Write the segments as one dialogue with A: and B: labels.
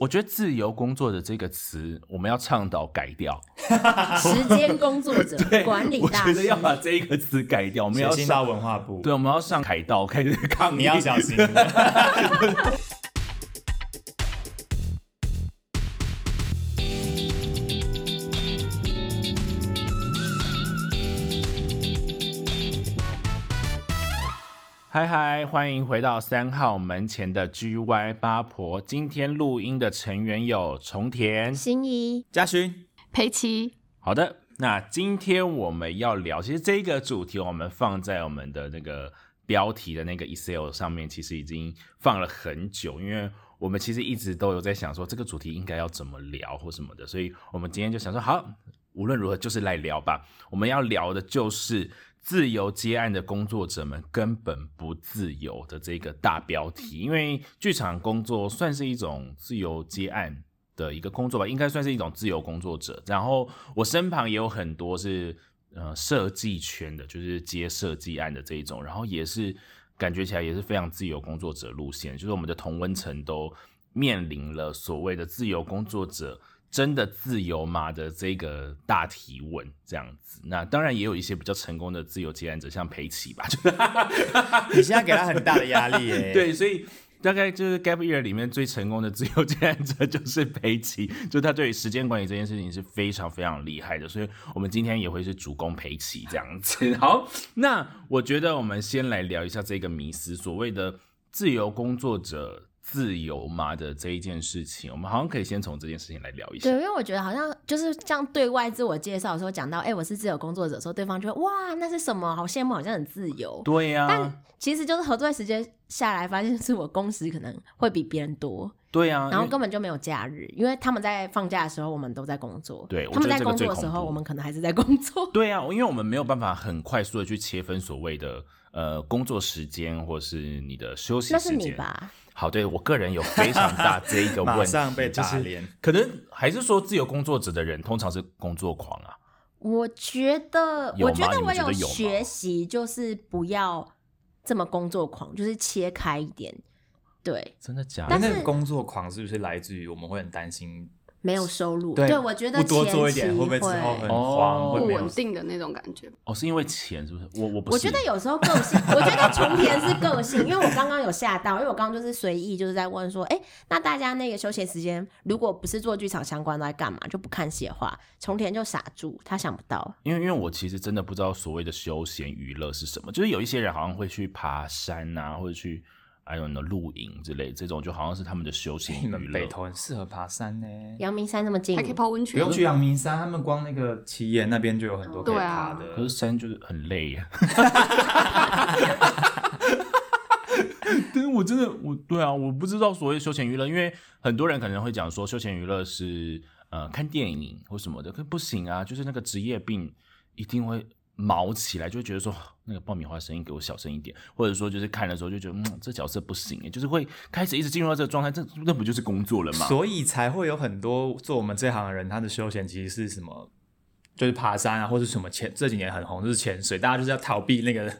A: 我觉得“自由工作者”这个词，我们要倡导改掉。
B: 时间工作者、管理
A: 我
B: 大
A: 觉得
B: 师
A: 要。把这一个词改掉，我们
C: 写
A: 要
C: 信到
A: 上，
C: 文化部，啊
A: 对，我们要上海道开始抗议。
C: 你要小心。
A: 嗨嗨，欢迎回到三号门前的 GY 八婆。今天录音的成员有重田。
B: 心仪
C: 嘉勋，
D: 佩奇，
A: 好的，那今天我们要聊，其实这个主题我们放在我们的那个标题的那个 Excel 上面，其实已经放了很久，因为我们其实一直都有在想说这个主题应该要怎么聊或什么的，所以我们今天就想说，好，无论如何就是来聊吧。我们要聊的就是自由接案的工作者们根本不自由的这个大标题，因为剧场工作算是一种自由接案的一个工作吧，应该算是一种自由工作者。然后我身旁也有很多是呃设计圈的，就是接设计案的这一种，然后也是感觉起来也是非常自由工作者路线，就是我们的同温层都面临了所谓的自由工作者。真的自由吗的这个大提问，这样子。那当然也有一些比较成功的自由接案者，像裴奇吧， 就是
C: 你现在给他很大的压力 耶。
A: 对，所以大概就是 Gap Year 里面最成功的自由接案者就是裴奇， 就他对于时间管理这件事情是非常非常厉害的，所以我们今天也会是主攻裴奇这样子。好，那我觉得我们先来聊一下这个迷思，所谓的自由工作者自由嘛的这一件事情，我们好像可以先从这件事情来聊一下
B: 对，。因为我觉得好像就是这样对外自我介绍的时候讲到，哎、我是自由工作者的时候，对方就会哇，那是什么？好羡慕，好像很自由。
A: 对啊呀、
B: 但其实就是合作时间下来，发现是我工时可能会比别人多，
A: 对呀、
B: 然
A: 啊
B: 后
A: 因为
B: 根本就没有假日，因为他们在放假的时候，我们都在工作；
A: 对我
B: 他们
A: 觉得
B: 在
A: 这个
B: 工作的
A: 最
B: 时
A: 恐
B: 候，
A: 怖
B: 我们可能还是在工作。
A: 对啊，因为我们没有办法很快速的去切分所谓的呃工作时间或是你的休息时
B: 那
A: 间。
B: 是你吧？
A: 好，对我个人有非常 大这一个问题，
C: 马上被打
A: 就是
C: 脸。
A: 可能还是说自由工作者的人通常是工作狂啊，
B: 我觉得，
A: 有
B: 我
A: 吗
B: 觉得
A: 你
B: 我
A: 们觉得有吗
B: 学习，就是不要这么工作狂，就是切开一点。对，
A: 真的假
B: 但
A: 的？
B: 是
C: 哎那个工作狂是不是来自于我们会很担心？
B: 没有收入。
C: 对
B: 我觉得
C: 不多做一点
B: 前期
C: 会不会之后很
A: 哦
C: 慌？会
D: 不
C: 没有
D: 稳定的那种感觉。
A: 哦，是因为钱是不是？我我不是，
B: 我觉得有时候个性， 我觉得重田是个性，因为我刚刚有吓到，因为我刚刚就是随意就是在问说，哎、那大家那个休闲时间，如果不是做剧场相关的，在干嘛？就不看写画，重田就傻住，他想不到。
A: 因为因为我其实真的不知道所谓的休闲娱乐是什么，就是有一些人好像会去爬山啊，或者去 I don't know 露营之类，这种就好像是他们的休闲
C: 你
A: 娱
C: 们
A: 乐
C: 北。投很适合爬山呢，
B: 阳明山那么近
D: 还，可以泡温
C: 不
D: 泉，
C: 用去阳明山，他们光那个奇岩那边就有很多可以
D: 对
C: 爬
D: 啊
A: 可是
C: 的。
A: 山就是很累呀。但是我真的我 对啊，我不知道所谓休闲娱乐，因为很多人可能会讲说休闲娱乐是呃看电影或什么的，可不行啊，就是那个职业病一定会毛起来，就会觉得说那个爆米花声音给我小声一点，或者说就是看的时候就觉得嗯这角色不行，就是会开始一直进入到这个状态，这那不就是工作了吗？
C: 所以才会有很多做我们这行的人，他的休闲其实是什么？就是爬山啊，或者什么潜，这几年很红就是潜水，大家就是要逃避那个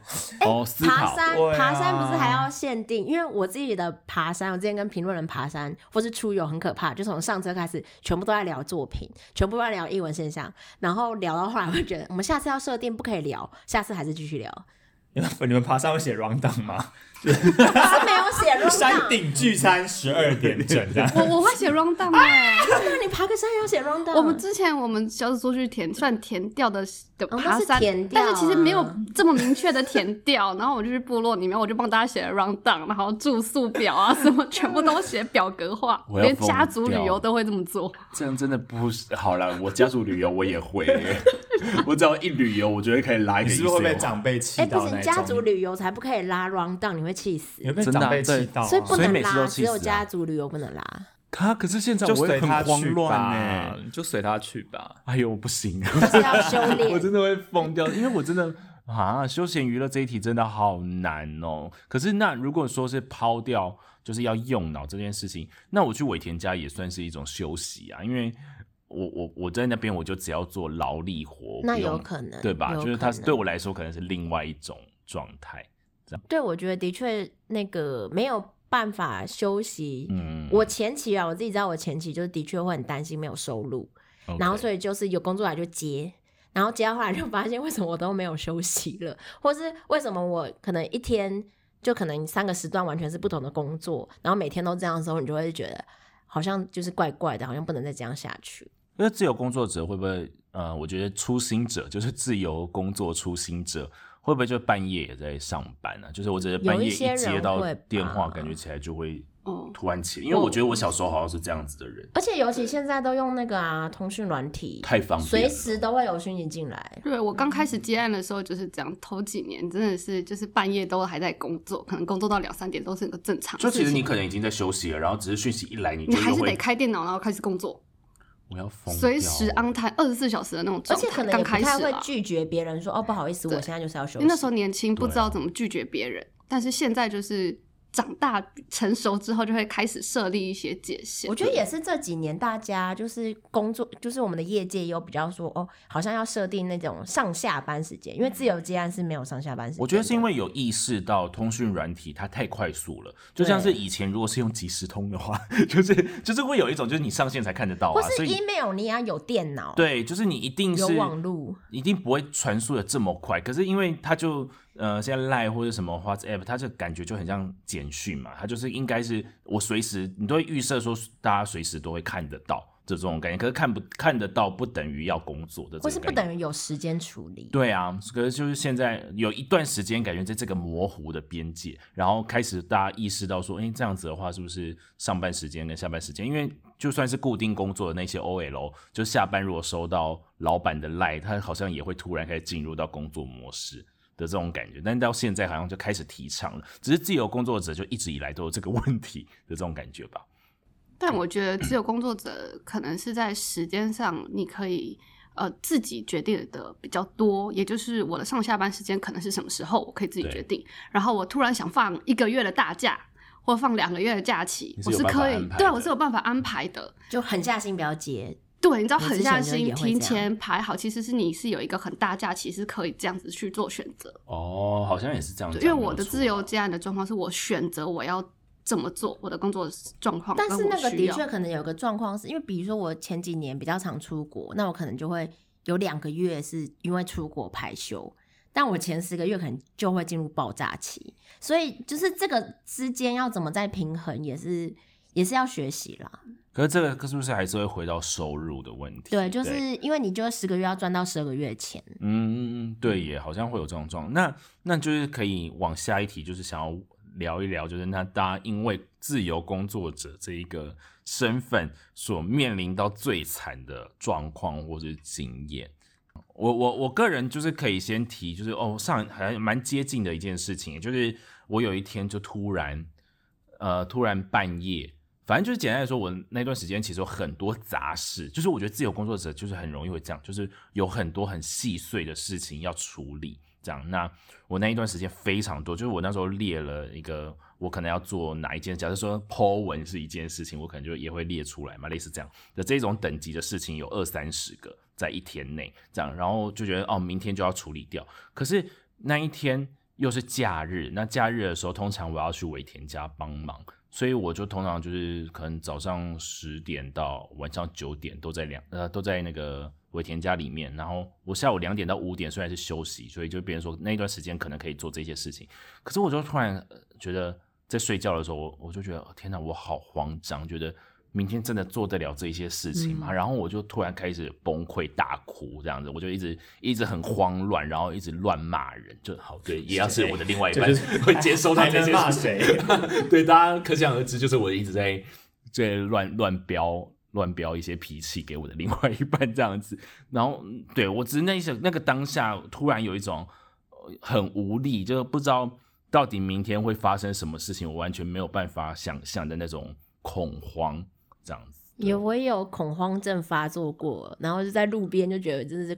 A: 哦，思
B: 爬
A: 考。
B: 山，
C: 对啊
B: 爬山不是还要限定？因为我自己的爬山，我之前跟评论人爬山或是出游很可怕，就从上车开始，全部都在聊作品，全部都在聊译文现象，然后聊到后来，我就觉得我们下次要设定不可以聊，下次还是继续聊，
C: 你们你们爬山会写 round down 吗？
B: 是没有写入
C: 山
B: 档。
C: 顶聚餐十二点整这样
D: 我我会写 round down 哎、
B: 那你爬个山也要写 round down？
D: 我们之前我们小组出去填算填掉的的
B: 哦
D: 爬
B: 那
D: 山，
B: 是填调啊
D: 但是其实没有这么明确的填掉。 然后我就去部落里面，我就帮大家写了 round down，然后住宿表啊什么，全部都写表格化，
A: 我要
D: 连
A: 疯
D: 家族旅
A: 掉
D: 游都会这么做。
A: 这样真的不是好了。我家族旅游我也 会耶，我只要一旅游，我觉得可以拉一哦
C: 你
A: 个。
C: 是不是会被？长辈气
B: 哎，不
C: 到那
B: 行，
C: 一种？
B: 家
A: 啊
B: 族旅游才不可以拉 round down，你会气死
C: 你。会被长辈气到啊，
B: 所以不
A: 所以
B: 能
A: 每次都
B: 拉，
A: 气
B: 只
A: 死啊
B: 有家族旅游不能拉。
A: 他可是现在
C: 就
A: 我
C: 随
A: 会
C: 他
A: 很慌
C: 去
A: 乱哎、
C: 吧，就随他去吧。
A: 哎呦，我不行，
B: 就是要修 炼
A: 我真的会疯掉，因为我真的啊，休闲娱乐这一题真的好难哦。可是那如果说是抛掉，就是要用脑这件事情，那我去尾田家也算是一种休息啊，因为我我我在那边我就只要做劳力活，
B: 那
A: 不用
B: 有可能
A: 对吧？
B: 有
A: 就是
B: 可
A: 它是
B: 能
A: 对我来说可能是另外一种状态。
B: 对，我觉得的确那个没有办法休息。
A: 嗯，
B: 我前期啊，我自己知道，我前期就是的确会很担心没有收入，然后所
A: 以
B: 以就是有工作来就接，然后接到后来就发现为什么我都没有休息了，或是为什么我可能一天就可能三个时段完全是不同的工作，然后每天都这样的时候，你就会觉得好像就是怪怪的，好像不能再这样下去。
A: 那自由工作者会不会呃，我觉得初心者就是自由工作初心者。会不会就半夜也在上班呢、就是我只是半
B: 有一
A: 夜
B: 些人
A: 接到
B: 会吧
A: 电话，感觉起来就会
D: 哦
A: 突然起来，因为我觉得我小时候好像是这样子的人，
B: 而且尤其现在都用那个啊通讯软体，
A: 太方便
B: 随
A: 了，
B: 时都会有讯息进来。
D: 对我刚开始接案的时候就是这样，头几年真的是就是半夜都还在工作，可能工作到两三点都是个正常的
A: 就
D: 事情。
A: 其实你可能已经在休息了，然后只是讯息一来，你就
D: 你还
A: 又
D: 是
A: 会
D: 得开电脑，然后开始工作，
A: 我要疯掉，
D: 随时 on time 二十四小时的那种
B: 而
D: 状态。
B: 且可能
D: 刚
B: 也不
D: 开始
B: 太会
D: 啊，
B: 拒绝别人说哦，不好意思，我
D: 对
B: 现在就是要休息。
D: 因为那时候年轻不
A: 对啊
D: 知道怎么拒绝别人，但是现在就是长大成熟之后就会开始设立一些界限。
B: 我觉得也是这几年大家就是工作，就是我们的业界也有比较说哦，好像要设定那种上下班时间，因为自由接案是没有上下班时间的。
A: 我觉得是因为有意识到通讯软体它太快速了，就像是以前如果是用即时通的话， 就是就是会有一种就是你上线才看得到
B: 或
A: 啊，所
B: 是
A: 以
B: email 你也要有电脑，，
A: 对，就是你一定
B: 有
A: 是
B: 网路，
A: 一定不会传输的这么快。可是因为它就呃现在 Line 或者什么 WhatsApp，它就感觉就很像简讯嘛，它就是应该是我随时你都会预设说大家随时都会看得到这种感觉，可是看不看得到不等于要工作的这种
B: 或
A: 概念，
B: 是不等于有时间处理。
A: 对啊，可是就是现在有一段时间，感觉在这个模糊的边界，然后开始大家意识到说，哎、这样子的话，是不是上班时间跟下班时间？因为就算是固定工作的那些 OL，就下班如果收到老板的赖，他好像也会突然开始进入到工作模式。的这种感觉，但到现在好像就开始提倡了，只是自由工作者就一直以来都有这个问题的这种感觉吧。
D: 但我觉得自由工作者可能是在时间上，你可以呃自己决定的比较多，也就是我的上下班时间可能是什么时候，我可以自己
A: 对
D: 决定。然后我突然想放一个月的大假，或放两个月的假期
A: 你，是
D: 我
A: 有
D: 是
A: 办法
D: 可以
A: 安排，
D: 对啊
A: 的
D: 我是有办法安排的。
B: 就狠下心不要接，
D: 对，你知道
B: 我之
D: 狠
B: 前
D: 下
B: 就
D: 心
B: 也会
D: 提
B: 这样
D: 前排好，其实是你是有一个很大假期是可以这样子去做选择。
A: 哦，好像也是这样
D: 对，
A: 讲。
D: 因为我的自由
A: 没有错
D: 接案的状况是我选择我要怎么做，我的工作状况，
B: 但是
D: 我
B: 那个
D: 需
B: 的
D: 要
B: 确可能有个状况是，因为比如说我前几年比较常出国，那我可能就会有两个月是因为出国排休，但我前十个月可能就会进入爆炸期，所以就是这个之间要怎么再平衡，也是也是要学习啦。
A: 可是这个是不是还是会回到收入的问题？
B: 对，就是因为你就十个月要赚到十二个月钱，
A: 嗯，对耶，好像会有这种状况。那那就是可以往下一题，就是想要聊一聊，就是那大家因为自由工作者这一个身份所面临到最惨的状况或是经验。我我我个人就是可以先提，就是哦，上还蛮接近的一件事情，就是我有一天就突然，呃，突然半夜，反正就是简单来说，我那段时间其实有很多杂事，就是我觉得自由工作者就是很容易会这样，就是有很多很细碎的事情要处理。这样，那我那一段时间非常多，就是我那时候列了一个，我可能要做哪一件，假设说 Po 文是一件事情，我可能就也会列出来嘛，类似这样的这种等级的事情有二三十个在一天内这样，然后就觉得哦，明天就要处理掉，可是那一天又是假日，那假日的时候，通常我要去伟田家帮忙，所以我就通常就是可能早上十点到晚上九点都在两呃都在那个尾田家里面，然后我下午两点到五点虽然是休息，所以就别人说那段时间可能可以做这些事情，可是我就突然呃觉得在睡觉的时候，我我就觉得哦天哪，我好慌张，觉得明天真的做得了这些事情
C: 嗯
A: 吗？然后我就突然开始崩溃大哭，这样子，我就一直一直很慌乱，然后一直乱骂人，就好对，也要是我的另外一半
C: 就是
A: 会接收到
C: 还
A: 这
C: 能
A: 些
C: 骂
A: 事情
C: 谁？
A: 对，大家可想而知，就是我一直在在乱乱飙乱飙一些脾气给我的另外一半这样子。然后，嗯对我只是那一些那个当下，突然有一种呃很无力，就是不知道到底明天会发生什么事情，我完全没有办法想象的那种恐慌这样子。对
B: 有我也有恐慌症发作过，然后就在路边就觉得真的是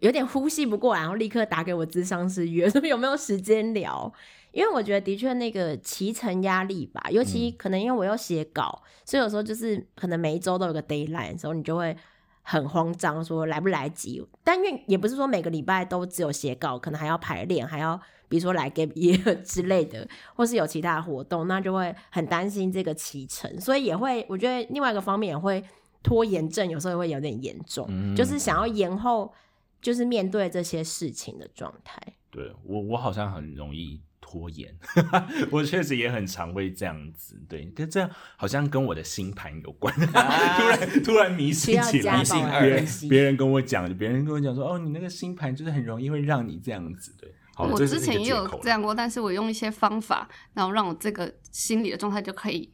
B: 有点呼吸不过来，然后立刻打给我咨商师约，说有没有时间聊。因为我觉得的确那个骑乘压力吧，尤其可能因为我要写稿，所以有时候就是可能每一周都有个 deadline 的时候，你就会很慌张，说来不来及。但因为也不是说每个礼拜都只有写稿，可能还要排练，还要比如说来 gap year 之类的，或是有其他的活动，那就会很担心这个期程，所以也会我觉得另外一个方面也会拖延症，有时候也会有点严重，
A: 嗯
B: 就是想要延后，就是面对这些事情的状态。
A: 对我，我好像很容易拖延， 我确实也很常会这样子。对，跟这样好像跟我的星盘有关，突然突然迷
B: 需
A: 信
B: 要
A: 起来。
B: 家宝
A: 别
B: 来分
A: 人
B: 析
A: 别人跟我讲，别人跟我讲说，哦，你那个星盘就是很容易会让你这样子。对，好，
D: 我
A: 这是
D: 之前
A: 一个
D: 也
A: 借
D: 有
A: 口了
D: 这样过，但是我用一些方法，然后让我这个心理的状态就可以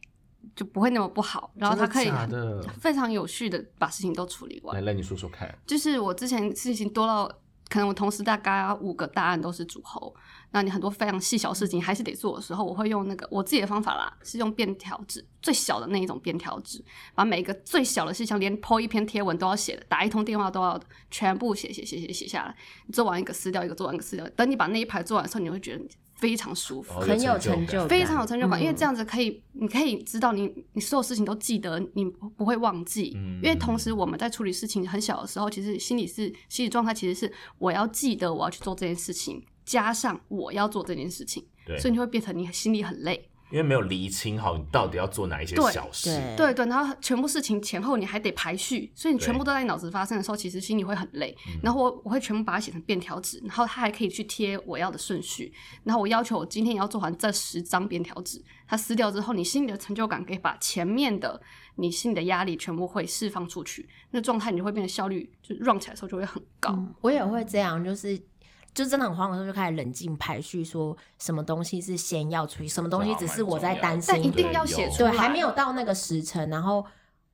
D: 就不会那么不好，然后它可以
A: 真的假的
D: 非常有序的把事情都处理
A: 来
D: 完。
A: 来，你说说看。
D: 就是我之前事情多到，可能我同时大概五个大案都是主后，那你很多非常细小事情还是得做的时候，我会用那个我自己的方法啦，是用便条纸最小的那一种便条纸，把每一个最小的事情，连 po 一篇贴文都要写的，打一通电话都要的全部写写写写写下来。你做完一个撕掉一个，做完一个撕掉一个，等你把那一排做完的时候，你会觉得非常舒服。
A: 哦
B: 很有
A: 成
B: 成就
A: 感
B: 感
D: 非常有成就感，
B: 嗯
D: 因为这样子可以，你可以知道你你所有事情都记得，你不不会忘记。
A: 嗯
D: 因为同时我们在处理事情很小的时候，其实心理是心理状态，其实是我要记得我要去做这件事情，加上我要做这件事情，
A: 对
D: 所以你会变成你心里很累。
A: 因为没有厘清好你到底要做哪一些
D: 对
A: 小事，
B: 对
D: 对对，然后全部事情前后你还得排序，所以你全部
A: 对嗯
D: 都在你脑子发生的时候，其实心里会很累。然后我我会全部把它写成便条纸，然后它还可以去贴我要的顺序。然后我要求我今天也要做完这十张便条纸，它撕掉之后，你心里的成就感可以把前面的你心里的压力全部会释放出去，那状态你就会变得效率就 run 起来的时候就会很高。
B: 嗯我也会这样，就是就真的很慌的时候，就开始冷静排序，说什么东西是先要处理，什么东西只是我在担
D: 但一
B: 心，
D: 定要写出
B: 对，
D: 来，
B: 还没有到那个时辰，然后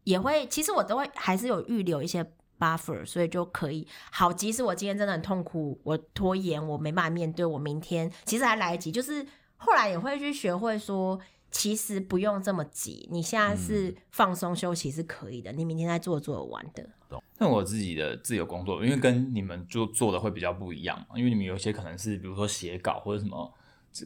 B: 也会，其实我都会还是有预留一些 buffer，所以就可以好。即使我今天真的很痛苦，我拖延，我没办法面对，我明天其实还来得及。就是后来也会去学会说。其实不用这么急，你现
C: 嗯
B: 在是放松休息是可以的，你明天再做做得完的。
C: 那我自己的自由工作，因为跟你们就做的会比较不一样嘛，因为你们有些可能是比如说写稿或者什么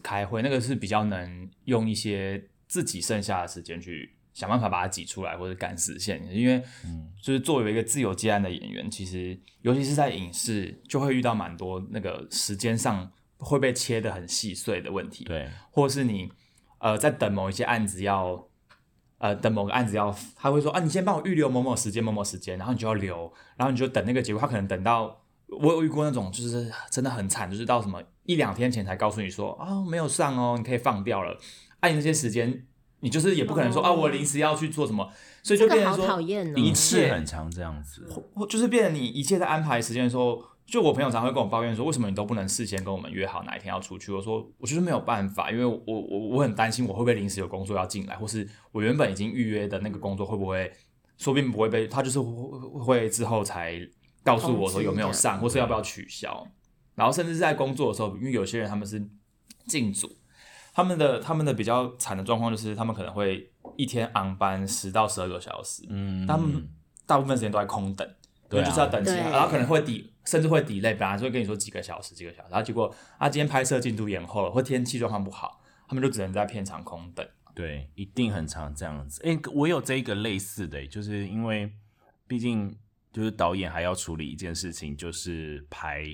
C: 开会，那个是比较能用一些自己剩下的时间去想办法把它挤出来或者赶时线，因为就是作为一个自由接案的演员，其实尤其是在影视就会遇到蛮多那个时间上会被切得很细碎的问题，
A: 对，
C: 或是你呃在等某一些案子要，呃等某个案子要，他会说啊，你先帮我预留某某时间某某时间，然后你就要留，然后你就等那个结果，他可能等到我有遇过那种就是真的很惨，就是到什么一两天前才告诉你说啊、没有上哦，你可以放掉了，按、你那些时间。你就是也不可能说、
B: 哦
C: 啊，我临时要去做什么，所以
B: 这
C: 就
B: 个
C: 变成
B: 好
C: 说
B: 讨厌哦，
A: 一
C: 一
A: 次
C: 切
A: 很常这样子，
C: 或就是变成你一切在安排时间的时候，就我朋友常会跟我抱怨说，为什么你都不能事先跟我们约好哪一天要出去？我说我就是没有办法，因为我我我很担心我会不会临时有工作要进来，或是我原本已经预约的那个工作会不会，说不定不会被他就是会会之后才告诉我说有没有
B: 通
C: 上，
B: 知的
C: 或是要不要取消。然后甚至是在工作的时候，因为有些人他们是进组，他们的他们的比较惨的状况就是他们可能会一天昂班十到十二个小时，
A: 嗯，
C: 他们大部分时间都在空等，
A: 对啊
C: 就是要等其他，
B: 对
C: 然后可能会抵，甚至会 delay，本来就会跟你说几个小时、几个小时，然后结果啊，今天拍摄进度延后了，或天气状况不好，他们就只能在片场空等。
A: 对，一定很常这样子。哎、我有这一个类似的、就是因为毕竟就是导演还要处理一件事情，就是排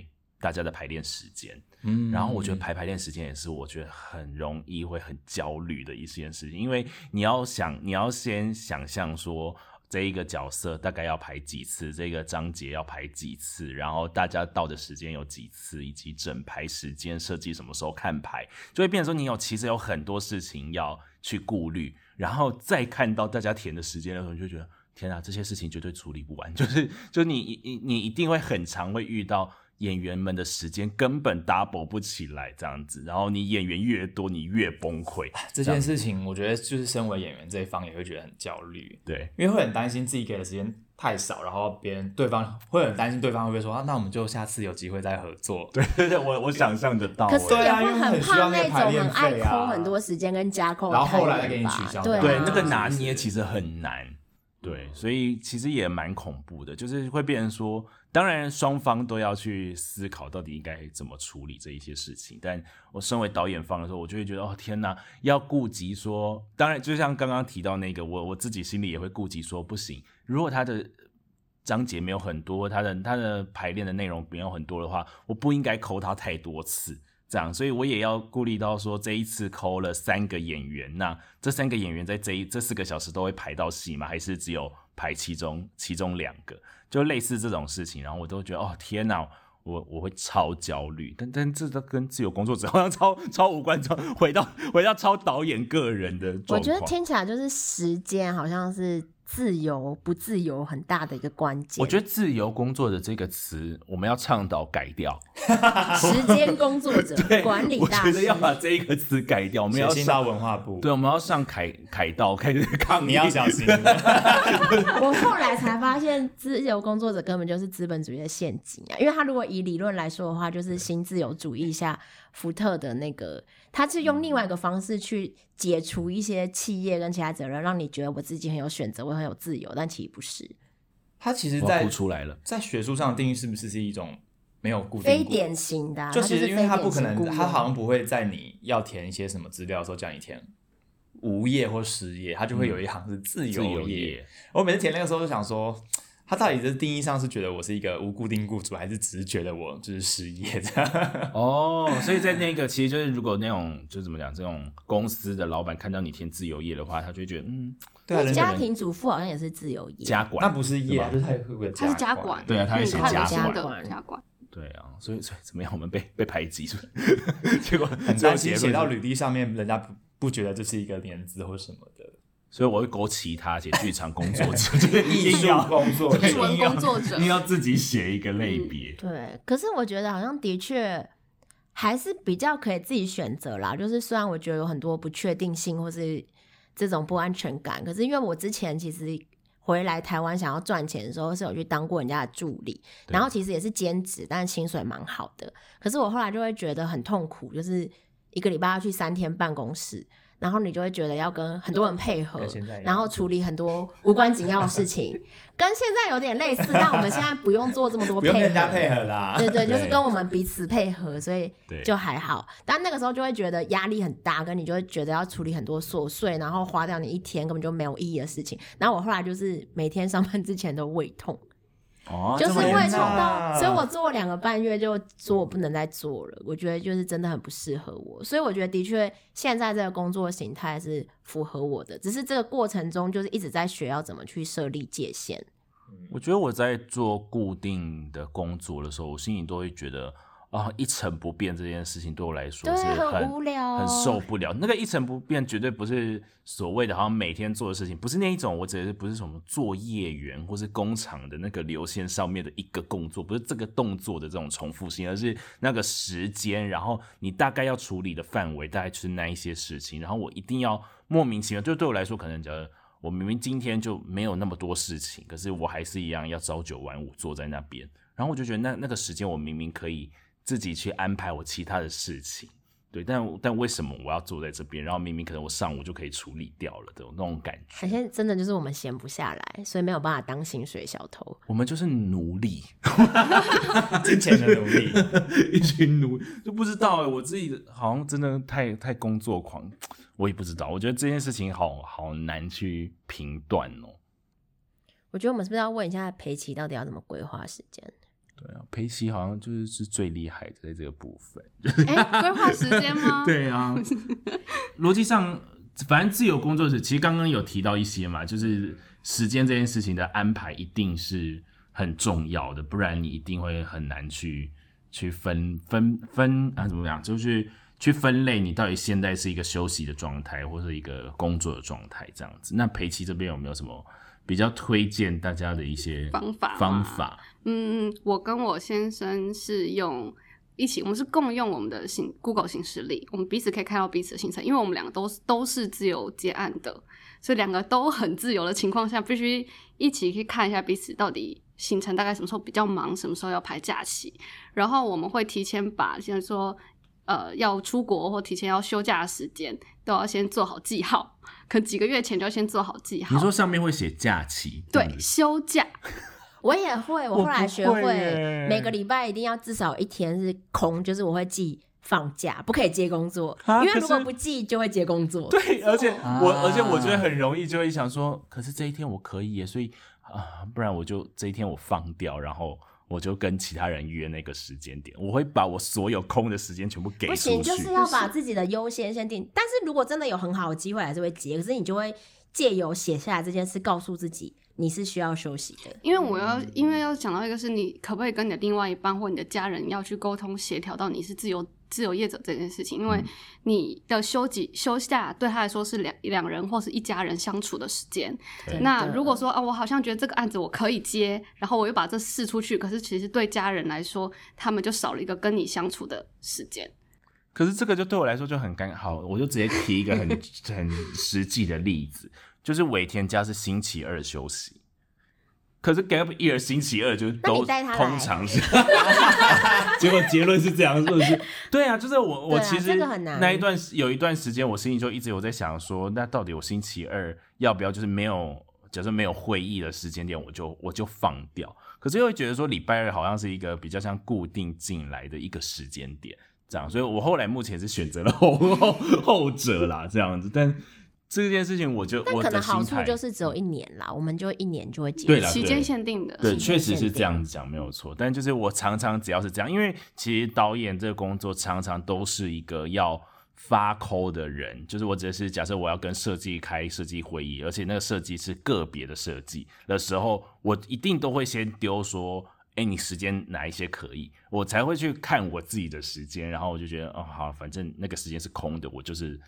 A: 大家的排练时间。
C: 嗯
A: 然后我觉得排排练时间也是我觉得很容易会很焦虑的一件事情，因为你要想，你要先想象说这一个角色大概要排几次，这个章节要排几次，然后大家到的时间有几次，以及整排时间设计什么时候看排，就会变成说你有其实有很多事情要去顾虑，然后再看到大家填的时间的时候，你就觉得天啊，这些事情绝对处理不完， 就是就是你你你一定会很常会遇到。演员们的时间根本 double 不起来，这样子，然后你演员越多，你越崩溃。
C: 这件事情，我觉得就是身为演员这一方也会觉得很焦虑，
A: 对，
C: 因为会很担心自己给的时间太少，然后别人对方会很担心对方会不会说啊，那我们就下次有机会再合作。对
A: 对对，我我想象得到
B: 可是
A: 欸
C: 对
B: 也
C: 啊
B: 会
C: 因为很需
B: 怕
C: 要那
B: 那
C: 个排
B: 种
C: 练
B: 很爱
C: 费啊
B: 抠很多时间跟加扣的
C: 然
B: 排
C: 后
B: 练吧，
C: 后来再给你取消
B: 对啊
C: 对
A: 对那个
C: 哪
A: 拿捏其实很难，对，所以其实也蛮恐怖的，就是会变成说，当然双方都要去思考到底应该怎么处理这一些事情。但我身为导演方的时候，我就会觉得哦天哪，要顾及说，当然就像刚刚提到那个，我我自己心里也会顾及说，不行，如果他的章节没有很多，它的它的排练的内容没有很多的话，我不应该抠它太多次。这样，所以我也要顾虑到说，这一次抠了三个演员，那这三个演员在这一这四个小时都会排到戏吗？还是只有排其中其中两个？就类似这种事情，然后我都觉得哦天哪，我我会超焦虑。但但这都跟自由工作者 好像超超无关，超回到回到超导演个人的
B: 我
A: 状
B: 觉得
A: 况。
B: 听起来就是时间好像是自由不自由很大的一个关键。
A: 我觉得“自由工作者”这个词，我们要倡导改掉。
B: 得时间工作 者管理
A: 我
B: 大
A: 觉得
B: 师
A: 要，把这一个词改掉。我们
C: 写
A: 要
C: 信到
A: 上，
C: 文化部，
A: 对，啊我们要上凯凯道开始抗议。
C: 你要 小心。
B: 我后来才发现，自由工作者根本就是资本主义的陷阱啊！因为他如果以理论来说的话，就是新自由主义下福特的那个，他是用另外一个方式去解除一些企业跟其他责任，让你觉得我自己很有选择，我很有自由，但其实不是。
C: 他其实
A: 我要
C: 在
A: 哭出来了。
C: 在学术上的定义是不是是一种没有固定
B: 非
C: 过
B: 典型的啊、
C: 就其
B: 是
C: 实因为
B: 非
C: 他不
B: 典
C: 可
B: 型
C: 能
B: 雇，佣
C: 他好像不会在你要填一些什么资料的时候叫你填无业或失业，他就
B: 嗯
C: 会有一行是自
A: 自由
C: 由业。，我每次填那个时候就想说，他到底这定义上是觉得我是一个无固定雇主，还是只是觉得我就是失业这样？
A: 哦，所以在那个其实就是，如果那种就是怎么讲，这种公司的老板看到你填自由业的话，他就会觉得嗯
C: 对啊，人
B: 家
C: 本人
B: 庭主妇好像也是自由业，
A: 家
C: 那
A: 管
C: 不是业啊，就是他会有个
D: 他是家
C: 管
D: 管，。
A: 对啊他也
D: 嗯
A: 是
D: 他有
A: 家
D: 家
A: 管
D: 的家管。
A: 对啊，所以所以怎么样，我们被被排挤是不是？ 结果
C: 很
A: 最后
C: 担
A: 结论
C: 心写到
A: 是，
C: 履历上面，人家不不觉得这是一个年资或什么的。
A: 所以我会勾其他写剧场工作者， 就是
C: 艺术工作
D: 艺文工作 者
A: 你要自己写一个类别，
B: 对，可是我觉得好像的确还是比较可以自己选择啦。就是虽然我觉得有很多不确定性或是这种不安全感，可是因为我之前其实回来台湾想要赚钱的时候，是有去当过人家的助理，
A: 对
B: 然后其实也是兼职，但薪水蛮好的。可是我后来就会觉得很痛苦，就是一个礼拜要去三天办公室。然后你就会觉得要跟很多人配合
C: 跟现在一，样
B: 然后处理很多无关紧要的事 情，跟现在有点类似，但我们现在不用做这么多
C: 不
B: 配
C: 用
B: 合，
C: 跟人家配合啦。
B: 对对，就是
A: 对
B: 跟我们彼此配合，所以
A: 对
B: 就还好。但那个时候就会觉得压力很大，跟你就会觉得要处理很多琐碎，然后花掉你一天根本就没有意义的事情。然后我后来就是每天上班之前都胃痛，
A: 哦，
B: 就是
A: 这么
C: 严
B: 胃痛
A: 重
C: 重
B: 到，
C: 啊
B: 所以我做了两个半月就说我不能再做了。我觉得就是真的很不适合我，所以我觉得的确现在这个工作形态是符合我的，只是这个过程中就是一直在学要怎么去设立界限。
A: 我觉得我在做固定的工作的时候，我心里都会觉得啊，一成不变这件事情对我来说
B: 对啊
A: 是
B: 很
A: 很
B: 无聊
A: 很受不了。那个一成不变绝对不是所谓的好像每天做的事情，不是那一种，我指的是不是什么作业员或是工厂的那个流线上面的一个工作，不是这个动作的这种重复性，而是那个时间，然后你大概要处理的范围大概就是那一些事情，然后我一定要莫名其妙，就对我来说可能觉得。我明明今天就没有那么多事情，可是我还是一样要朝九晚五坐在那边。然后我就觉得那那个时间我明明可以自己去安排我其他的事情，对，但但为什么我要坐在这边？然后明明可能我上午就可以处理掉了的那种感
B: 好
A: 觉。
B: 像真的就是我们闲不下来，所以没有办法当薪水小偷。
A: 我们就是奴隶，
C: 金钱的努力，
A: 一群奴就不知道、欸、我自己好像真的太太工作狂，我也不知道。我觉得这件事情好好难去评断哦。
B: 我觉得我们是不是要问一下裴奇到底要怎么规划时间？
A: 对啊，裴西好像就是是最厉害的在这个部分。
D: 哎，规划时间 吗？
A: 对啊，逻辑上，反正自由工作者其实刚刚有提到一些嘛，就是时间这件事情的安排一定是很重要的，不然你一定会很难去去分分分啊，怎么讲，就是去分类你到底现在是一个休息的状态，或是一个工作的状态这样子。那裴奇这边有没有什么比较推荐大家的一些
D: 方法吗
A: 方法？
D: 嗯，我跟我先生是用一起，我们是共用我们的行 Google 行事历，我们彼此可以看到彼此的行程，因为我们两个都是都是自由接案的，所以两个都很自由的情况下，必须一起去看一下彼此到底行程大概什么时候比较忙，什么时候要排假期，然后我们会提前把像说呃要出国或提前要休假的时间都要先做好记号，可能几个月前就要先做好记号。
A: 你说上面会写假期，这
D: 对
A: 样子
D: 休假，
B: 我也会，我后来学
A: 我不会耶
B: 每个礼拜一定要至少一天是空，就是我会记放假，不可以接工作，
A: 啊
B: 因为
A: 可
B: 如果
A: 是
B: 不记就会接工作。
A: 对，而且我、
C: 啊
A: 而且我觉得很容易就会想说，可是这一天我可以耶，所以啊，不然我就这一天我放掉，然后我就跟其他人约那个时间点，我会把我所有空的时间全部给
B: 不
A: 出去。
B: 行，就是要把自己的优先先定。但是如果真的有很好的机会，还是会接。可是你就会借由写下来这件事，告诉自己你是需要休息的。
D: 因为我
A: 嗯
D: 要，因为要讲到一个是你可不可以跟你的另外一半或你的家人要去沟通协调到你是自由自由业者这件事情，因为
A: 嗯
D: 你的休几休假对他来说是两两人或是一家人相处的时间。
A: 对
D: 那如果说啊，我好像觉得这个案子我可以接，然后我又把这试出去，可是其实对家人来说，他们就少了一个跟你相处的时间。
A: 可是这个就对我来说就很尴尬。好，我就直接提一个 很很实际的例子，就是尾田家是星期二休息，可是 Gap Year 星期二就是
B: 那
A: 都
B: 你带他来
A: 通 常是，
C: 结果结论是这样，是不是？
A: 对啊，就是我我
B: 对啊
A: 其实
B: 这个很难
A: 那一段有一段时间，我心里就一直有在想说，那到底我星期二要不要就是没有。假设没有会议的时间点，我就我就放掉。可是又会觉得说礼拜二好像是一个比较像固定进来的一个时间点，这样，所以我后来目前是选择了 后后后者啦，这样子。但这件事情，我就
B: 但
A: 我
B: 可
A: 的
B: 能好
A: 心
B: 处
A: 态
B: 就是只有一年啦，我们就一年就会结
A: 对
B: 束
A: 啦
D: 期间限定的，
A: 对，
B: 期
A: 确
B: 间
A: 实
B: 限
A: 是这
B: 定
A: 样子讲没有错。但就是我常常只要是这样，因为其实导演这个工作常常都是一个要发抠的人，就是我只是假设我要跟设计开设计会议，而且那个设计是个别的设计的时候，我一定都会先丢说。哎，你时间哪一些可以？我才会去看我自己的时间，然后我就觉得，哦，好，反正那个时间是空的，我就是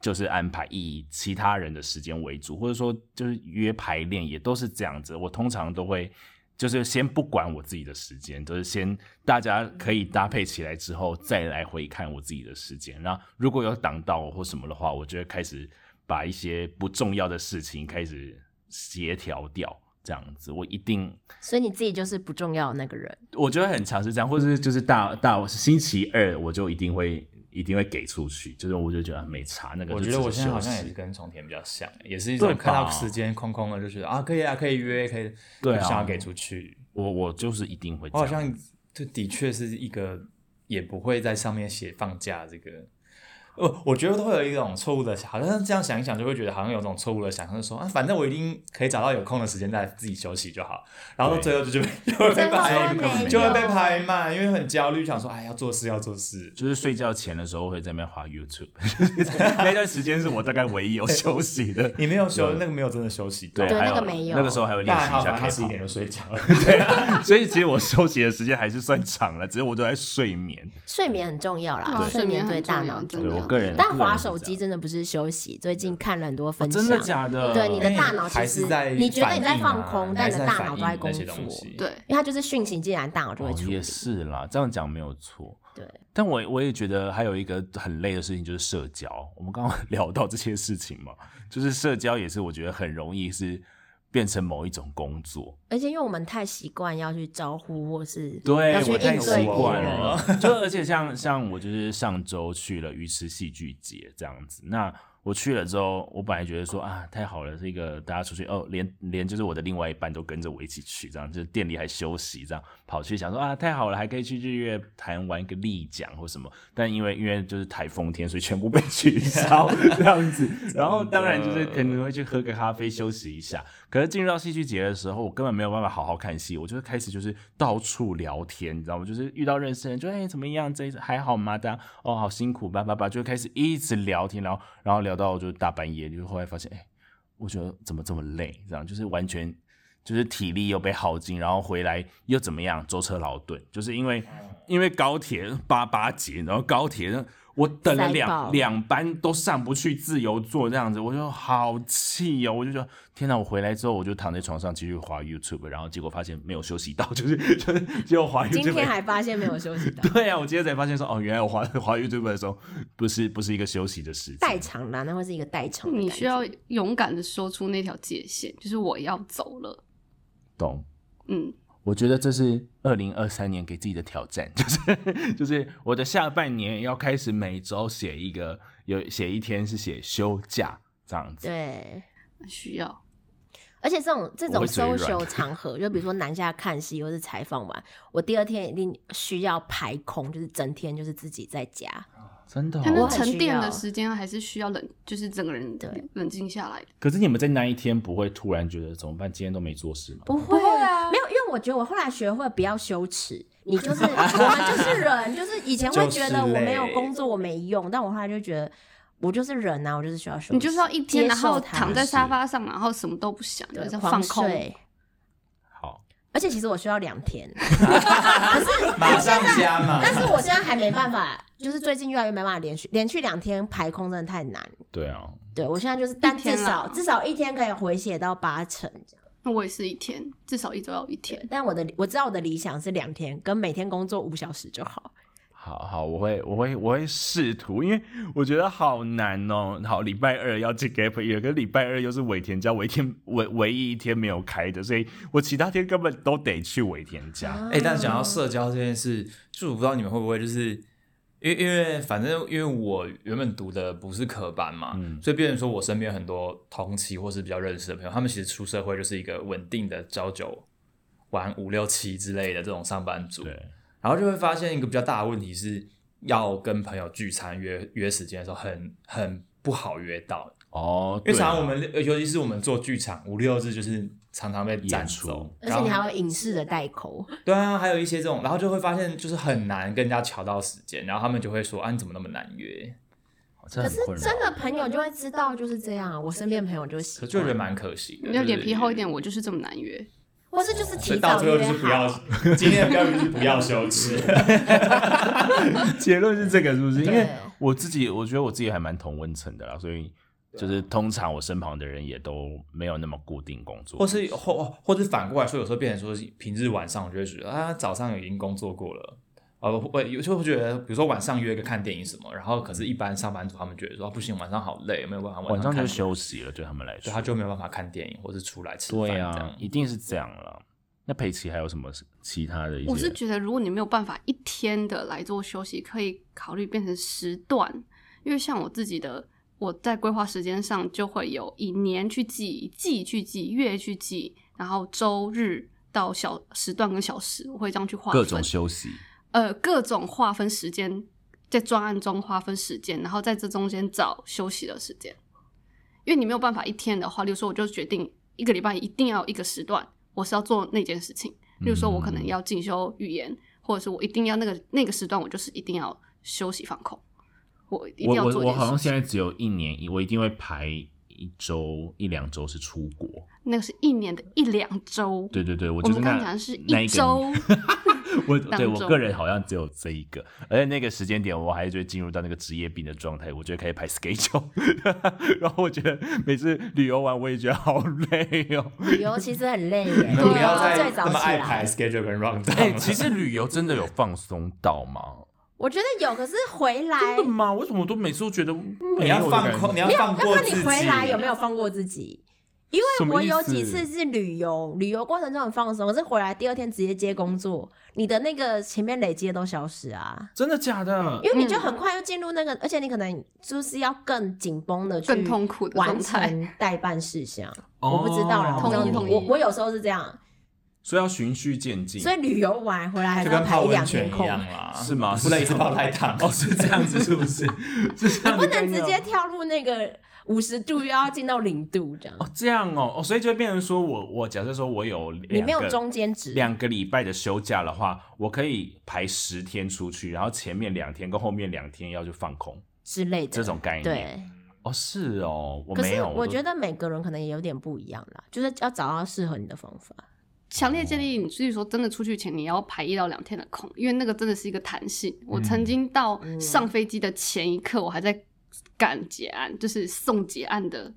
A: 就是安排以其他人的时间为主，或者说就是约排练也都是这样子。我通常都会就是先不管我自己的时间，都、是先大家可以搭配起来之后，再来回看我自己的时间。那如果有挡到我或什么的话，我就会开始把一些不重要的事情开始协调掉。这样子，我一定
B: 所以你自己就是不重要的那个人。
A: 我觉得很常是这样，或者是就是大大星期二我就一定会一定会给出去，就是我就觉得没差那个就
C: 我
A: 只
C: 觉
A: 是休息。
C: 得我现在好像也是跟从田比较像，也是一种看
A: 对吧
C: 到时间空空了就觉得啊，可以啊，可以约，可以，
A: 对啊
C: 就想要给出去。
A: 我我就是一定会这
C: 我
A: 样。
C: 好像这的确是一个也不会在上面写放假这个。我我觉得都会有一种错误的，好像这样想一想就会觉得好像有种错误的想象，就是说啊，反正我一定可以找到有空的时间再自己休息就好，然后到最后就就被就会被
B: 真的
A: 会
C: 排，就会
B: 没
C: 被
B: 有
C: 排慢，因为很焦虑，想说哎要做事要做事，
A: 就是睡觉前的时候会在那边滑 YouTube，那段时间是我大概唯一有休息的。
C: 你没有休那个没有真的休息到，
A: 对，
B: 对
A: 还
B: 那个没有
A: 那个时候还会练
C: 那
A: 习
C: 还好
A: 一
C: 吧，
A: 下
C: 他十一
A: K
C: 点就睡觉了，
A: 跑， 所以其实我休息的时间还是算长了，只是我都在睡眠。
B: 睡眠很重要啦，
D: 对
B: 哦睡眠对大脑很重
D: 睡
A: 对
D: 眠很重
B: 要
D: 要。
A: 我个人，
B: 啊但滑手机真的不是休息。最近看了很多分享，
A: 哦真的假的？哎
B: 对你的大脑其
C: 哎还
B: 实
C: 是在
B: 你觉得你在
C: 反应啊
B: 放空，但
C: 还
B: 你
C: 是
B: 的
C: 在
B: 大
C: 反
B: 脑都
C: 应
B: 在工
C: 那些
B: 作。
C: 东西，
D: 对，
B: 因为它就是讯息进来，大脑就会
A: 哦
B: 处理。
A: 也是啦，这样讲没有错。
B: 对，
A: 但我我也觉得还有一个很累的事情就是社交。我们刚刚 聊到这些事情嘛，就是社交也是我觉得很容易是变成某一种工作。
B: 而且因为我们太习惯要去招呼，或是
A: 对
B: 要去
A: 我
B: 应
A: 太习
B: 对别
A: 惯
B: 人。
A: 了。就而且像像我就是上周去了鱼池戏剧节这样子，那我去了之后，我本来觉得说啊太好了，这个大家出去哦，连连就是我的另外一半都跟着我一起去，这样就是店里还休息，这样跑去想说啊太好了，还可以去日月潭玩个立桨或什么，但因为因为就是台风天，所以全部被取消 这样子。然后当然就是可能会去喝个咖啡休息一下，可是进入到戏剧节的时候，我根本没有办法好好看戏，我就开始就是到处聊天，你知道吗？就是遇到认识的人，就哎、怎么样，这一次还好吗？大家哦好辛苦吧吧吧，就开始一直聊天，然后然后聊到就是大半夜，就是后来发现哎、我觉得怎么这么累，这样就是完全就是体力又被耗尽，然后回来又怎么样，舟车劳顿，就是因为
B: 嗯
A: 因为高铁八八节，然后高铁我等了
B: 塞
A: 两
B: 爆
A: 两班都上不去自由座这样子，我就好气哦，我就觉得天哪！我回来之后我就躺在床上继续滑 YouTube，然后结果发现没有休息到，就是 就是结果滑 YouTube，
B: 今天还发现没有休息到
A: 对啊，我今天才发现说哦，原来我滑 滑 YouTube 的时候不是不是一个休息的时间，
B: 代偿啦，那会是一个代偿的感觉。
D: 你需要勇敢的说出那条界限，就是我要走了。
A: 懂
D: 嗯，
A: 我觉得这是二零二三年给自己的挑战， 就是就是我的下半年要开始每周写一个，有写一天是写休假这样子。
B: 对。
D: 需要。
B: 而且这种这
A: 我
B: 种
A: 会嘴软
B: social 场合，就比如说南下看戏或是采访完，我第二天一定需要排空，就是整天就是自己在家。
A: 真的、
D: 它那
B: 我
A: 哦。
B: 很
D: 沉
B: 需
D: 淀
B: 要
D: 的时间还是需要冷，就是整个人
B: 对
D: 冷静下来的。
A: 可是你们在那一天不会突然觉得怎么办？今天都没做事吗？
B: 不会
D: 不会啊
B: 没有，因为我觉得我后来学会不要羞耻，你就是我们就是 人，就是以前会觉得我没有工作我没用，但我后来就觉得我就是人啊，我就是需要休息，
D: 你就是要一天，
B: 接
D: 然
B: 受
D: 后
B: 它
D: 躺在沙发上，然后什么都不想，就
B: 对
D: 是
B: 狂
D: 放空。
B: 睡
A: 好，
B: 而且其实我需要两 天，
C: 马上加嘛
B: 但是我现在还没办法，就是最近越来越没办法连续连续两天排空，真的太难。
A: 对啊，
B: 对我现在就是，但至
D: 天啊
B: 少
D: 啦
B: 至少一天可以回血到八成这样。
D: 那我也是一天，至少一周要一天。
B: 但我的我知道我的理想是两天，跟每天工作五小时就好。
A: 好好，我会，我会，我会试图，因为我觉得好难哦。好，礼拜二要去 gap year，可是礼拜二又是尾田家，唯一天唯唯一一天没有开的，所以我其他天根本都得去尾田家。
B: 啊
C: 哎、但是讲到社交这件事，就我不知道你们会不会就是，因为因为反正因为我原本读的不是科班嘛，
A: 嗯
C: 所以变成说我身边很多同期或是比较认识的朋友，他们其实出社会就是一个稳定的朝九晚五六七之类的这种上班族，
A: 对，
C: 然后就会发现一个比较大的问题是要跟朋友聚餐约约时间的时候很很不好约到，
A: 哦，
C: 因为
A: 对
C: 常常
A: 啊
C: 我们，呃尤其是我们做剧场五六日，就是常常被
A: 演
C: 占
A: 出
C: 走，
B: 而
C: 然
B: 且
C: 后
B: 你还有影视的代口，
C: 对啊，还有一些这种，然后就会发现就是很难跟人家瞧到时间，然后他们就会说啊，你怎么那么难约？
A: 这
B: 可
A: 很
B: 是
A: 困扰
B: 真的朋友就会知道就是这样啊。我身边朋友就喜
C: 可
B: 欢，
C: 就觉得蛮可惜的。
D: 你要
C: 就是
D: 脸皮厚一点，我就是这么难约。
B: 或是就是
C: 所
B: 提
C: 以到
B: 早
C: 最后
B: 约
C: 就是不
B: 好。
C: 要，今天的标语就是不 要羞耻。
A: 结论是这个，是不是？因
B: 对
A: 为我自己，我觉得我自己还蛮同温层的啦，所以就是通常我身旁的人也都没有那么固定工作，
C: 或是或或是反过来说，有时候变成说平日晚上，我就会觉得啊，早上已经工作过了。呃，我有时候会觉得，比如说晚上约个看电影什么，然后可是，一般上班族他们觉得说、啊不行，晚上好累，没有办法
A: 晚上
C: 上
A: 就
C: 看
A: 休息了，对他们来
C: 对
A: 说，
C: 他就没有办法看电影或是出来吃饭
A: 对
C: 这
A: 啊
C: 样，。
A: 一定是这样了。那佩奇还有什么其他的一些？
D: 我是觉得，如果你没有办法一天的来做休息，可以考虑变成时段，因为像我自己的，我在规划时间上就会有以年去记、季去记、月去记，然后周日到小时段跟小时，我会这样去划分。
A: 各种休息，
D: 呃各种划分时间，在专案中划分时间，然后在这中间找休息的时间，因为你没有办法一天的话，例如说我就决定一个礼拜一定要有一个时段，我是要做那件事情，例如说我可能要进修语言，或者是我一定要那个那个时段，我就是一定要休息放空，我一定
A: 我
D: 要
A: 我
D: 做
A: 我
D: 这
A: 好
D: 件
A: 像
D: 事
A: 现
D: 情。
A: 在只有一年一，我一定会排一周一两周是出国。
D: 那个是一年的一两周，
A: 对对对，我
D: 我
A: 就是
D: 们刚
A: 那
D: 刚讲的是
A: 那
D: 一
A: 一个
D: 周
A: 我
D: 当
A: 对我
D: 中
A: 个人好像只有这一个，而且那个时间点我还就进入到那个职业病的状态，我就开始排 schedule，然后我觉得每次旅游完我也觉得好累哦。
B: 旅游其实很累耶，
C: 你们不
D: 对
C: 要
D: 啊
C: 再
B: 最
C: 那
B: 早
C: 么
B: 起
C: 爱排
B: 来。
C: schedule 跟 round down 了。
A: 哎、其实旅游真的有放松到吗？
B: 我觉得有，可是回来
A: 真的吗？为什么我都每次都觉得
C: 哎你
A: 你
C: 要放空，你要放
B: 要
C: 过
B: 看
C: 自己。
B: 你回来有没有放过自己。因
A: 什
B: 为
A: 么
B: 我
A: 意
B: 有
A: 思
B: 几次是旅游，旅游过程中很放松，可是回来第二天直接接工作，你的那个前面累积的都消失啊，
A: 真的假的？
B: 因为你就
D: 嗯
B: 很快就进入那个，而且你可能就是要更紧绷的去
D: 更痛苦的
B: 完
D: 状态。
B: 成代办事项。
A: 哦
B: 我不知道啦，我不知道
D: 同意同意
B: 我我有时候是这样，
A: 所以要循序渐进
B: 所以旅游完回来还是
C: 就
B: 要
C: 跟
B: 排
C: 泡
B: 一两
C: 温
B: 天
C: 泉一
B: 空，
C: 样啦，
A: 是吗
C: 不能一直泡太烫。
A: 哦， 是这样子，是不 是？是这
B: 你
A: 样
B: 不
A: 的概
B: 能
A: 念哦
B: 直接跳入那个五十度又要进到零度这样，
A: 哦，这样哦，哦，所以就会变成说我我假设说我有
B: 你没
A: 两
B: 有
A: 个
B: 中间值。
A: 两个礼拜的休假的话，我可以排十天出去，然后前面两天跟后面两天要去放空，
B: 之类的
A: 这种概念
B: 对，
A: 哦，是哦，我
B: 可
A: 没
B: 是
A: 有，
B: 我
A: 都
B: 觉得每个人可能也有点不一样啦，就是要找到适合你的方法。
D: 强烈建议你，所以说真的出去前你要排一到两天的空，因为那个真的是一个弹性。我
A: 嗯
D: 曾经到
B: 嗯
D: 上飞机的前一刻，我还在赶结案，就是送结案的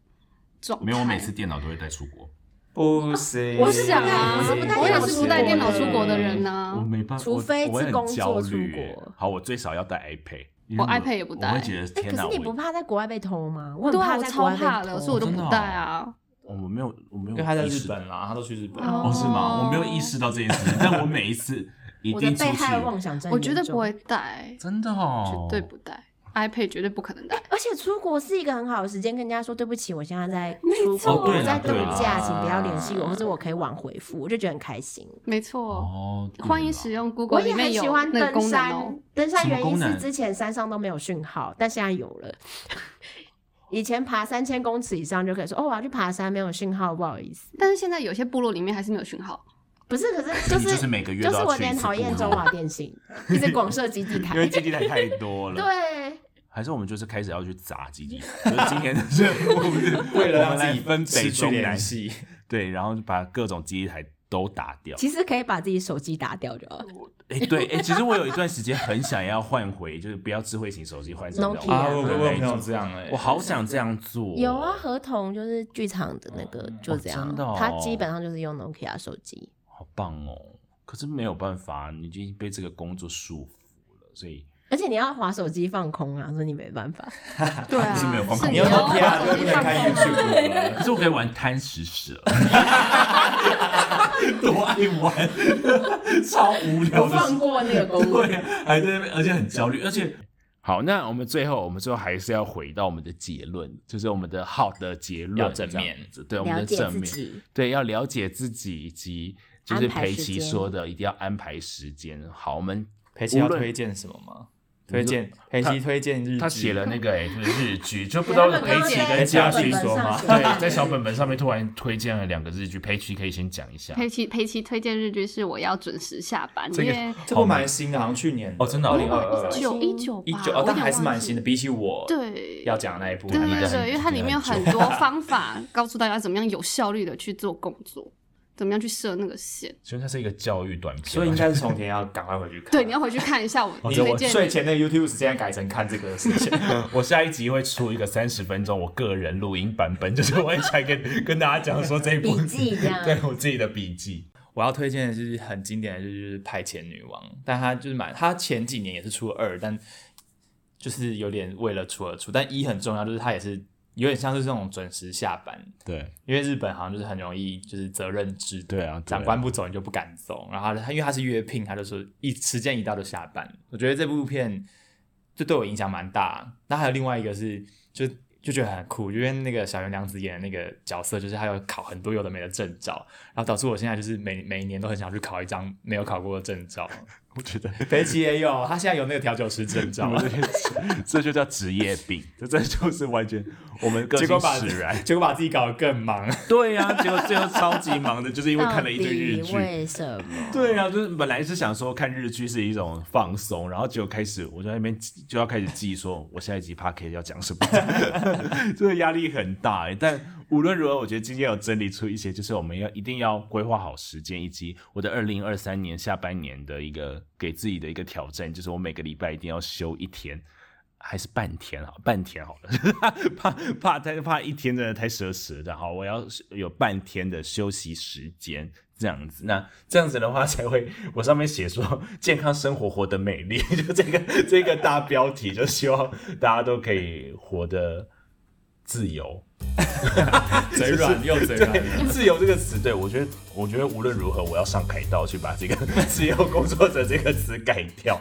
D: 状态。
A: 没有，我每次电脑都会带出国，
C: 不行，
D: 我想啊，
B: 我是不带
D: 我也
B: 电脑
D: 是
B: 出
D: 不带
B: 国
D: 电脑
B: 的
D: 出国的人呢、
A: 我没办法，
B: 除
A: 我
B: 非
A: 我
B: 是
A: 会
B: 工
A: 很焦
B: 作出
A: 虑
B: 国
A: 耶。好，我最少要带 iPad，因为
D: 我
A: 我
D: iPad 也不带
A: 我会觉得
B: 哎、
A: 天
B: 可
A: 哪，
B: 是你不
A: 我
B: 怕在国外被偷吗？我很
D: 对啊，
B: 怕
D: 我
B: 在
D: 超
B: 国外被
D: 怕的，
B: 偷
D: 所以我就不
A: 真的哦
D: 带啊。
A: 我没有，我没有，
C: 因为他在日。本啦，他都去日本。
A: 哦，是吗？
D: 哦
A: 我没有意识到这件事情，但我每一次一
B: 我的
A: 定出
B: 被害
A: 去，
B: 妄想症，
D: 我绝对不会。带，
A: 真的哦，
D: 绝对不带。 iPad 绝对不可能带。
B: 而且出国是一个很好的时间，跟人家说对不起，我现在在
D: 没
B: 出
D: 错
B: 国，我
C: 哦对啦
B: 在度
C: 对啦
B: 假，请不要联系我，或者我可以晚回复，我就觉得很开心。
D: 没错，
C: 哦，对
D: 欢迎
C: 啦
D: 使用
B: 我
D: Google 里
B: 也
D: 面
B: 很
D: 有
B: 喜欢
D: 哦那个
B: 登
D: 功能
B: 山，
D: 哦。
B: 登山
C: 什么
B: 原因
C: 功
B: 是
C: 能
B: 之前山上都没有讯号，但现在有了。 以前爬三千公尺以上就可以说哦，我要去爬山，没有讯号，不好意思。
D: 但是现在有些部落里面还是没有讯号，
B: 不是，可是
A: 就
B: 就是
A: 就是每个月
B: 就
A: 都
B: 是
A: 要
B: 我有
A: 去一
B: 点
A: 次
B: 讨厌
A: 部
B: 中
A: 落
B: 华电信，一直广设基地台
A: 因。为基地台太多了。
B: 对，
A: 还是我们就是开始要去砸基地台，就是今天的任务是
C: 为了
A: 我
C: 让
A: 们来
C: 自己
A: 分北
C: 失去
A: 中南
C: 联，系，
A: 对，然后就把各种基地台都打掉。
B: 其实可以把自己手机打掉就好了。
A: 哎、对，哎、其实我有一段时间很想要换回，就是不要智慧型手机，换成那种
B: Nokia
C: 啊我有我有朋友
A: 对
C: 这样欸
A: 我好想这样做。哦
B: 有啊，合同就是剧场的那个就这样
A: 真的，哦
B: 他基本上就是用 Nokia 手机。
A: 好棒哦！可是没有办法，你已经被这个工作束缚了，所以
B: 而且你要划手机放空啊，所以你没办 法。
D: 对啊，
A: 是没有方法
D: 是
C: 你
D: 你
C: 要
D: 要
C: n
D: 把
C: o
D: 手
C: 就不
D: 机
C: 能
D: 放
C: 看
D: 空
C: YouTube 了
A: 可是我可以玩贪食蛇，
C: 多爱玩，超无聊的事。
B: 过那个功
C: 对啊，还在那边，而且很焦虑，而且
A: 好，那我们最后，我们最后还是要回到我们的结论，就是我们的好的结论，
C: 要正面
A: 这样子，对，我们
B: 了
A: 的
B: 解
A: 正
B: 自
A: 面，
B: 己，
A: 对，要了解自己，以及就是
B: 安排
A: 裴
B: 时
A: 奇
B: 间
A: 说的，一定要安排时间。好，我们
C: 裴奇要
A: 无论
C: 推荐什么吗？推荐裴奇推荐日剧，
A: 他写了那个哎、就是日剧，就不知道
B: 原
A: 裴
B: 本
A: 奇
B: 刚刚
A: 跟
C: 在
A: 嘉
C: 小
A: 旭
C: 本本
A: 说吗？
B: 上写
A: 对， 在小本本上面突然推荐了两个日剧，裴奇可以先讲一下。
D: 佩奇佩奇推荐日剧是我要准时下班，
A: 这
D: 因
A: 个
D: 为
C: 这部蛮新的，好像去年
A: 哦真的哦
C: 二零二二
B: 19
D: 九一九
C: 一
D: 吧
C: 九，哦
D: 我有，
C: 但
D: 点
C: 还是
D: 忘
C: 蛮
D: 记
C: 新的，比起我
D: 对，
C: 要讲的那一部，
D: 对
C: 还蛮
D: 对
A: 很
D: 对，因为它里面有
A: 很
D: 很多方法告诉大家怎么样有效率的去做工作，怎么样去设那个线。
A: 所以它是一个教育短片，啊
C: 所以应该是从田要赶快回去看。
D: 对，你要回去看一下我
C: 你
D: 推
C: 哦我
D: 荐
C: 睡
D: 你
C: 前那个 YouTube 时间改成看这个事 情，
A: 我下一集会出一个三十分钟我个人录音版本，就是我会来跟跟大家讲说这一部
B: 笔记这样
A: 对我自己的笔记。
C: 我要推荐的是很经典的，就是《派遣女王》，但她就是蛮，她前几年也是出了二，但就是有点为了出而出，但一很重要，就是她也是有点像是这种准时下班，
A: 对
C: 因为日本好像就是很容易就是责任制，
A: 对啊对啊
C: 长官不走你就不敢走，然后他因为他是约聘，他就说一时间一到就下班。我觉得这部片就对我影响蛮大。那还有另外一个是就。就觉得很酷，因为那个小圆良子演的那个角色，就是他有考很多有的没的证照，然后导致我现在就是每每一年都很想去考一张没有考过的证 照。
A: 我觉得
C: 肥奇也有，他现在有那个调酒师 证照，
A: 这就叫职业病，这这就是完全我们个
C: 结
A: 性
C: 果把
A: 使然。
C: 结果把自己搞得更 忙。
A: 对啊，结果最后超级忙 的，就是因为
B: 到
A: 看了一堆日
B: 底
A: 剧。
B: 为什么？
A: 对啊，就是本来是想说看日剧是一种放松，然后结果开始我就在那边记就要开始记说，我下一集 p a r k 要讲什 么，这个压力很大、欸。但无论如何，我觉得今天有整理出一些，就是我们要一定要规划好时间，以及我的二零二三年下半年的一个给自己的一个挑战，就是我每个礼拜一定要休一天。还是半天好，半天好了， 怕怕太怕一天真的太奢侈了。好，我要是有半天的休息时间，这样子。那这样子的话，才会我上面写说健康生活活得美丽， 就这个这个大标题，就希望大家都可以活得自由。
C: 嘴软又嘴软，
A: 自由这个词，对我觉 得，我觉得无论如何，我要上凯道去把这个自由工作者这个词改掉。